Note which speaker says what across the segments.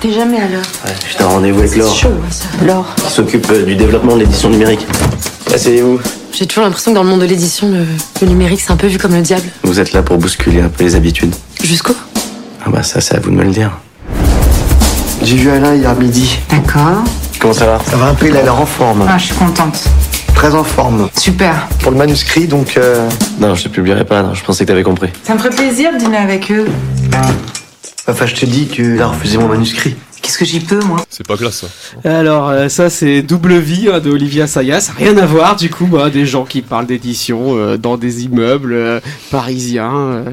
Speaker 1: T'es jamais à l'heure.
Speaker 2: Ouais, je suis en rendez-vous avec
Speaker 1: C'est
Speaker 2: Laure,
Speaker 1: chaud, hein, ça. Laure.
Speaker 2: qui s'occupe euh, du développement de l'édition numérique. Asseyez-vous.
Speaker 1: J'ai toujours l'impression que dans le monde de l'édition, le, le numérique, c'est un peu vu comme le diable.
Speaker 2: Vous êtes là pour bousculer un peu les habitudes.
Speaker 1: Jusqu'où
Speaker 2: Ah bah ça, c'est à vous de me le dire. J'ai vu Alain hier midi.
Speaker 3: D'accord.
Speaker 2: Comment ça va
Speaker 4: Ça va un peu, il a l'air en forme.
Speaker 3: Ah, je suis contente.
Speaker 4: Très en forme.
Speaker 3: Super.
Speaker 4: Pour le manuscrit, donc... euh,
Speaker 2: Non, je te publierai pas, non, je pensais que t'avais compris.
Speaker 3: Ça me ferait plaisir de dîner avec eux.
Speaker 4: Enfin, je te dis qu'il a refusé mon manuscrit.
Speaker 3: Qu'est-ce que j'y peux, moi
Speaker 5: C'est pas classe, hein. ça.
Speaker 6: Alors euh, ça c'est Double Vie hein, de Olivia Sayas, rien à voir du coup, bah, des gens qui parlent d'édition euh, dans des immeubles euh, parisiens. euh.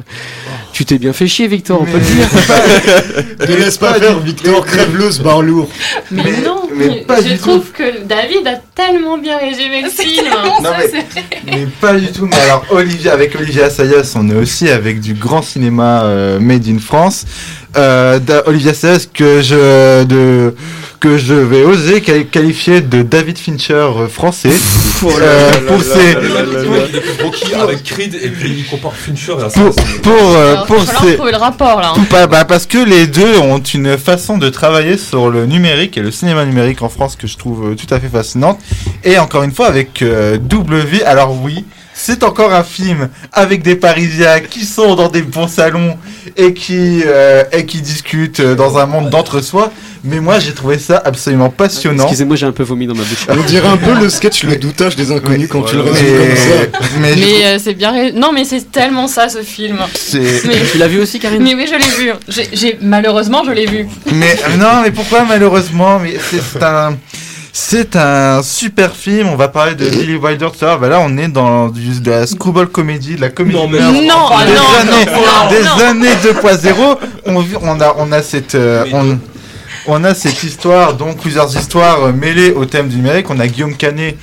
Speaker 6: Tu t'es bien fait chier Victor, on peut le dire.
Speaker 7: Ne laisse pas faire Victor, crève le ce bar lourd.
Speaker 8: Mais,
Speaker 4: Mais-
Speaker 8: non,
Speaker 4: mais pas
Speaker 8: je
Speaker 4: du
Speaker 8: trouve que David a tellement bien résumé le film.
Speaker 4: Non, mais-
Speaker 7: Mais pas du tout. Mais alors, Olivia, avec Olivia Sayas, on est aussi avec du grand cinéma euh, made in France. Euh, da- Olivia Sayas que je de que je vais oser quali- qualifier de David Fincher euh, français. Euh, pour ses-
Speaker 9: Rocky avec Creed et puis il compare Fincher et
Speaker 7: pour pour euh,
Speaker 8: Alors, il
Speaker 7: pour
Speaker 8: va falloir
Speaker 7: ses-
Speaker 8: trouver le rapport là. hein.
Speaker 7: Tout pas- bah, parce que les deux ont une façon de travailler sur le numérique et le cinéma numérique en France que je trouve euh, tout à fait fascinante. Et encore une fois, avec euh, Double Vie, alors oui, c'est encore un film avec des Parisiens qui sont dans des bons salons et qui, euh, et qui discutent euh, dans un monde d'entre-soi. Mais moi, j'ai trouvé ça absolument passionnant.
Speaker 6: Excusez-moi j'ai un peu vomi dans ma bouche.
Speaker 7: On
Speaker 9: On dirait un peu le sketch Le doutage des inconnus quand tu le résumes comme ça.
Speaker 7: mais j'ai-
Speaker 8: Mais euh, c'est bien. ré- Non, mais c'est tellement ça ce film.
Speaker 7: c'est-
Speaker 8: Mais,
Speaker 6: Tu l'as vu aussi Karine
Speaker 8: mais oui, je l'ai vu. J'ai- j'ai- malheureusement, je l'ai vu.
Speaker 7: Mais euh, non, mais pourquoi malheureusement Mais c'est c'est un, c'est un super film. On va parler de Billy Wilder tout à l'heure. Bah là, on est dans du, de la screwball comédie, de la comédie.
Speaker 9: Non, mais-
Speaker 8: Non, Ah non,
Speaker 7: des années,
Speaker 8: non,
Speaker 7: des
Speaker 8: non.
Speaker 7: années 2.0. On, vit- on a, on a cette, euh, on, on a cette histoire, donc plusieurs histoires euh, mêlées au thème du numérique. On a Guillaume Canet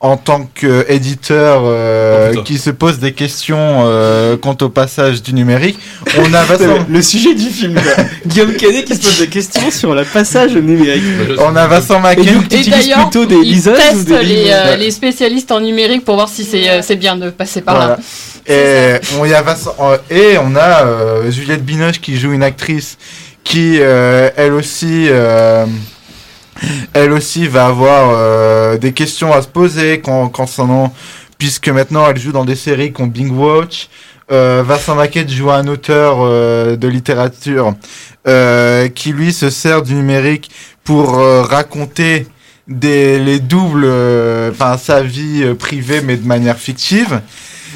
Speaker 7: en tant qu'éditeur euh,
Speaker 9: Oh, putain.
Speaker 7: qui se pose des questions euh, quant au passage du numérique. On a Vincent,
Speaker 6: Le sujet du film. quoi. Guillaume Canet qui se pose des questions sur le passage au numérique.
Speaker 7: on a Vincent
Speaker 6: Et
Speaker 7: Macken.
Speaker 6: donc tu
Speaker 8: Et
Speaker 6: utilises
Speaker 8: d'ailleurs,
Speaker 6: plutôt des
Speaker 8: ils
Speaker 6: liseuses ou
Speaker 8: testent
Speaker 6: des
Speaker 8: les, euh,
Speaker 7: Ouais.
Speaker 8: les spécialistes en numérique pour voir si c'est euh, c'est bien de passer par là.
Speaker 7: Voilà. Et on y a Vincent- euh, et on a euh, Juliette Binoche qui joue une actrice qui euh, elle aussi euh, elle aussi va avoir euh, des questions à se poser con- concernant puisque maintenant elle joue dans des séries qu'on Bing Watch. Euh, Vincent Maquette joue un auteur euh, de littérature euh, qui lui se sert du numérique pour euh, raconter des, les doubles, euh, enfin sa vie euh, privée mais de manière fictive.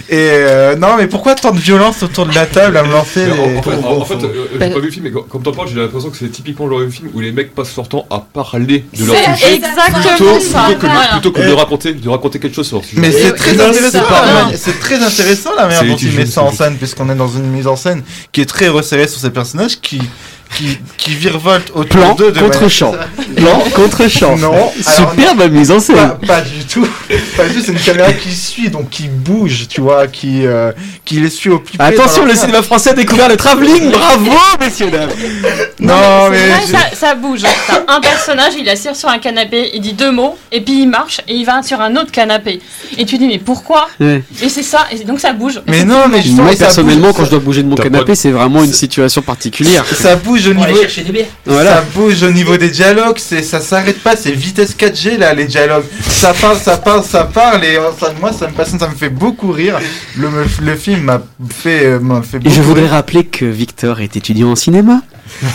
Speaker 7: Et euh, non, mais pourquoi tant de violence autour de la table à me lancer
Speaker 9: Mais en,
Speaker 7: les...
Speaker 9: en fait, en- en fait, euh, j'ai
Speaker 8: Bah-
Speaker 9: pas vu le film, mais quand- comme t'en parles, j'ai l'impression que c'est typiquement le même film où les mecs passent leur temps à parler de leur
Speaker 8: C'est
Speaker 9: sujet plutôt,
Speaker 8: exactement ça.
Speaker 9: plutôt que, de-
Speaker 8: Voilà.
Speaker 9: plutôt que de raconter, de raconter quelque chose sur leur sujet.
Speaker 7: Mais
Speaker 8: Et-
Speaker 7: c'est
Speaker 8: et
Speaker 7: très
Speaker 8: non,
Speaker 7: intéressant,
Speaker 8: c'est
Speaker 7: la
Speaker 8: pas
Speaker 7: mani-
Speaker 8: mal.
Speaker 7: c'est très intéressant la manière
Speaker 9: C'est
Speaker 7: dont il met
Speaker 9: litigieux,
Speaker 7: ça en
Speaker 9: c'est
Speaker 7: scène, puisqu'on est dans une mise en scène qui est très resserrée sur ces personnages qui qui, qui virevoltent autour
Speaker 6: Plan
Speaker 7: d'eux de
Speaker 6: contre
Speaker 7: manière-
Speaker 6: champ. Plan contre champ.
Speaker 7: Non, alors
Speaker 6: Superbe mise en
Speaker 7: Pas,
Speaker 6: scène.
Speaker 7: pas du tout. Pas du tout, c'est une caméra qui suit, donc qui bouge, tu vois, qui, euh, qui les suit au plus près
Speaker 6: Attention,
Speaker 7: dans leur-
Speaker 6: Bah, le cinéma français a découvert le travelling. Bravo, messieurs dames.
Speaker 7: Non,
Speaker 8: c'est
Speaker 7: mais.
Speaker 8: vrai,
Speaker 7: je-
Speaker 8: ça, ça bouge. hein. T'as un personnage, il est assis sur un canapé, il dit deux mots, et puis il marche et il va sur un autre canapé. Et tu dis mais pourquoi
Speaker 6: Ouais.
Speaker 8: Et c'est ça, et donc ça bouge.
Speaker 7: Mais non, mais je
Speaker 6: Moi
Speaker 7: trouve que ça
Speaker 6: personnellement,
Speaker 7: bouge-
Speaker 6: quand hein. je dois bouger de mon
Speaker 9: T'as pas
Speaker 6: canapé,
Speaker 9: de-
Speaker 6: c'est vraiment une situation particulière.
Speaker 7: Ça bouge au niveau. Ça
Speaker 6: Voilà.
Speaker 7: bouge au niveau des dialogues, c'est ça s'arrête pas, c'est vitesse 4G là les dialogues. Ça parle, ça parle, ça parle et euh, ça, moi ça me passionne, ça me fait beaucoup rire. Le, le film m'a fait, euh, m'a fait
Speaker 6: Et
Speaker 7: beaucoup
Speaker 6: je voudrais
Speaker 7: rire.
Speaker 6: rappeler que Victor est étudiant en cinéma.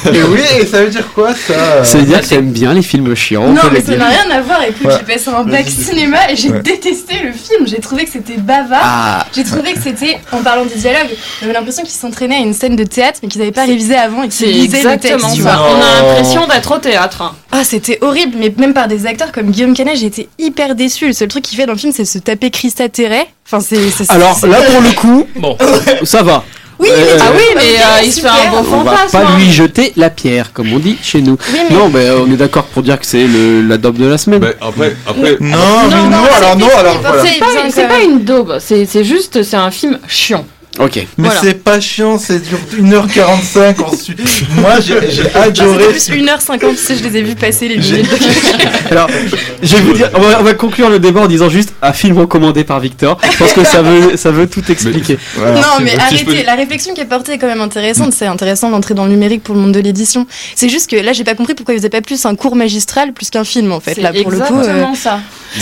Speaker 7: Et oui, et ça veut dire quoi
Speaker 8: Euh,
Speaker 7: ça
Speaker 6: Ça veut dire qu'il aime bien les films chiants.
Speaker 10: Non,
Speaker 6: on peut le
Speaker 10: mais ça
Speaker 6: dire.
Speaker 10: n'a rien à voir. Écoute,
Speaker 7: Ouais.
Speaker 10: j'ai passé un bac cinéma et j'ai détesté le film. J'ai trouvé que c'était bavard.
Speaker 6: Ah,
Speaker 10: J'ai trouvé que c'était, en parlant des dialogues, j'avais l'impression qu'ils s'entraînaient à une scène de théâtre mais qu'ils n'avaient pas révisé avant et
Speaker 8: C'est
Speaker 10: qu'ils lisaient le
Speaker 8: exactement
Speaker 10: texte. tu
Speaker 8: ça.
Speaker 10: vois.
Speaker 8: On a l'impression d'être au théâtre. hein.
Speaker 10: Ah, c'était horrible, mais même par des acteurs comme Guillaume Canet, j'ai été hyper déçue. Le seul truc qu'il fait dans le film, c'est se taper Christa Terret. Enfin, c'est.
Speaker 8: Ah,
Speaker 10: c'est-
Speaker 6: alors
Speaker 10: c'est-
Speaker 6: là pour le coup,
Speaker 9: Bon.
Speaker 6: ça va.
Speaker 10: Oui,
Speaker 6: euh,
Speaker 10: mais-
Speaker 6: Ah
Speaker 8: Ah oui, mais
Speaker 10: ok,
Speaker 8: euh, il se fait un
Speaker 10: super.
Speaker 8: bon
Speaker 6: On va
Speaker 8: fantasme.
Speaker 6: pas
Speaker 8: hein.
Speaker 6: lui jeter la pierre, comme on dit chez nous.
Speaker 10: Oui, mais-
Speaker 6: Non, mais on est d'accord pour dire que c'est le- la dope de la semaine.
Speaker 9: Mais après, après,
Speaker 7: Non, mais non,
Speaker 10: non,
Speaker 7: alors non, alors
Speaker 10: c'est
Speaker 7: voilà.
Speaker 8: C'est pas- C'est pas une daube, c'est c'est juste c'est un film chiant.
Speaker 6: Ok.
Speaker 7: Mais
Speaker 10: Voilà.
Speaker 7: c'est pas chiant, c'est dur 1h45 ensuite. Moi j'ai j'ai adoré.
Speaker 10: C'était plus 1h50, tu sais, je les ai vus passer les minutes.
Speaker 6: Alors, je vais vous dire, on va, on va conclure le débat en disant juste un film recommandé par Victor. Je pense que ça veut, ça veut tout expliquer.
Speaker 7: Voilà.
Speaker 10: non, mais
Speaker 9: Ah, si je
Speaker 10: arrêtez.
Speaker 9: peux-
Speaker 10: La réflexion qui est portée est quand même intéressante. C'est intéressant d'entrer dans le numérique pour le monde de l'édition. C'est juste que là, j'ai pas compris pourquoi ils faisaient pas plus un cours magistral plus qu'un film, en fait.
Speaker 8: C'est
Speaker 10: Là, pour le coup.
Speaker 8: exactement
Speaker 10: euh,
Speaker 8: ça.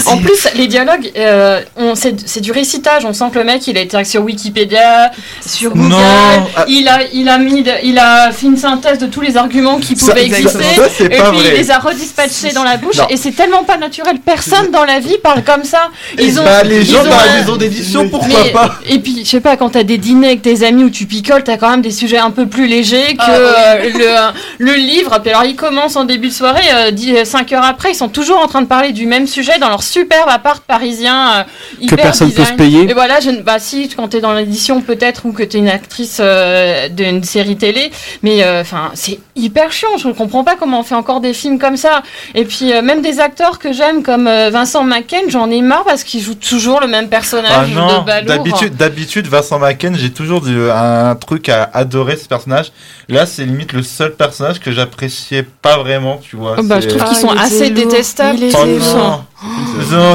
Speaker 8: En plus, les dialogues, euh, on- c'est c'est du récitage. On sent que le mec, il a été sur Wikipédia, sur Google.
Speaker 7: Non, ah.
Speaker 8: Il a, il a mis, de- il a fait une synthèse de tous les arguments qui
Speaker 7: Ça,
Speaker 8: pouvaient
Speaker 7: ça-
Speaker 8: exister.
Speaker 7: ça, c'est
Speaker 8: Et
Speaker 7: pas
Speaker 8: puis il
Speaker 7: vrai.
Speaker 8: les a redispatchés dans la bouche
Speaker 7: Non.
Speaker 8: et c'est tellement pas naturel. Personne dans la vie parle comme ça. Ils ont,
Speaker 7: Bah, les
Speaker 8: ils
Speaker 7: gens
Speaker 8: ont
Speaker 7: dans la
Speaker 8: un-
Speaker 7: maison d'édition, pourquoi
Speaker 8: mais-
Speaker 7: pas
Speaker 8: Et puis, je sais pas, quand t'as des dîners avec tes amis où tu picoles, t'as quand même des sujets un peu plus légers que euh, le, le livre. Puis alors, ils commencent en début de soirée, euh, 5 heures après, ils sont toujours en train de parler du même sujet dans leur superbe appart parisien. euh,
Speaker 6: Que
Speaker 8: hyper
Speaker 6: personne peut se
Speaker 8: design.
Speaker 6: payer.
Speaker 8: Et voilà, je ne, bah si, quand t'es dans l'édition peut-être ou que t'es une actrice euh, d'une série télé, mais euh, enfin c'est hyper chiant. Je ne comprends pas comment on fait encore des films comme ça. Et puis euh, même des acteurs que j'aime comme euh, Vincent Macken, j'en ai marre parce qu'ils jouent toujours le même
Speaker 7: Ah
Speaker 8: personnage
Speaker 7: non,
Speaker 8: de hein. balourd.
Speaker 7: d'habitude, d'habitude, Vincent Macken, j'ai toujours du- un truc à adorer ce personnage. Là, c'est limite le seul personnage que j'appréciais pas vraiment, tu vois.
Speaker 8: Oh, bah,
Speaker 7: c'est-
Speaker 8: je trouve qu'ils sont
Speaker 10: Ah, il
Speaker 8: assez
Speaker 10: était lourd,
Speaker 8: détestables.
Speaker 10: il était
Speaker 7: Oh
Speaker 10: c'est
Speaker 7: non,
Speaker 10: lourd.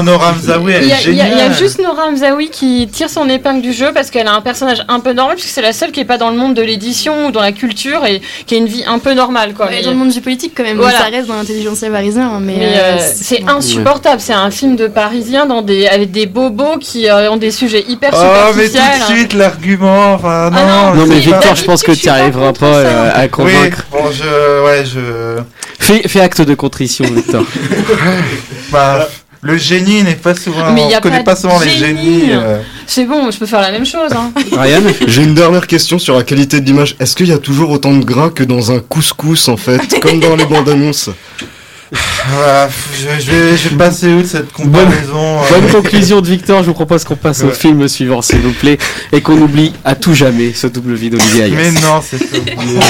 Speaker 7: Nora Mzaoui,
Speaker 8: Il
Speaker 7: elle
Speaker 8: y,
Speaker 7: est
Speaker 8: a, il y a- il y a
Speaker 7: géniale.
Speaker 8: juste Nora Mzaoui qui tire son épingle du jeu parce qu'elle a un personnage un peu normal, puisque c'est la seule qui est pas dans le monde de l'édition ou dans la culture et qui a une vie un peu normale. Quoi.
Speaker 10: Ouais,
Speaker 8: Et-
Speaker 10: dans le monde du politique, quand même,
Speaker 8: Voilà.
Speaker 10: ça reste dans l'intelligentsia parisien, hein, mais,
Speaker 8: Mais
Speaker 10: euh,
Speaker 8: euh, c'est insupportable, c'est un film de Parisiens dans des, avec des bobos qui euh, ont des sujets hyper
Speaker 7: Oh, mais tout
Speaker 8: superficiels.
Speaker 7: de suite, l'argument, enfin,
Speaker 8: hein. Ah
Speaker 7: non.
Speaker 6: Non, mais
Speaker 8: c'est-
Speaker 6: Victor, je
Speaker 8: d'habitude,
Speaker 6: pense que
Speaker 8: je suis
Speaker 6: tu
Speaker 8: pas
Speaker 6: arriveras
Speaker 8: contre
Speaker 6: pas
Speaker 8: ça. hein.
Speaker 6: euh, à
Speaker 7: Oui,
Speaker 6: convaincre.
Speaker 7: bon, je, ouais, je,
Speaker 6: Fais, fais acte de contrition, Victor.
Speaker 7: bah, le génie n'est pas souvent,
Speaker 8: Mais y a
Speaker 7: on connaît
Speaker 8: pas
Speaker 7: pas
Speaker 8: de
Speaker 7: souvent les
Speaker 8: génie.
Speaker 7: génies. euh.
Speaker 8: C'est bon, je peux faire la même chose. hein.
Speaker 6: Ryan
Speaker 5: J'ai une dernière question sur la qualité de l'image. Est-ce qu'il y a toujours autant de grains que dans un couscous en fait, comme dans les bandes annonces
Speaker 7: Voilà, pff, je, je vais, je vais passer où de cette comparaison euh,
Speaker 6: Bonne conclusion de Victor, je vous propose qu'on passe au
Speaker 7: Ouais.
Speaker 6: film suivant, s'il vous plaît, et qu'on oublie à tout jamais ce double vide d'Olivier Ayas.
Speaker 7: Mais euh. non, c'est ça.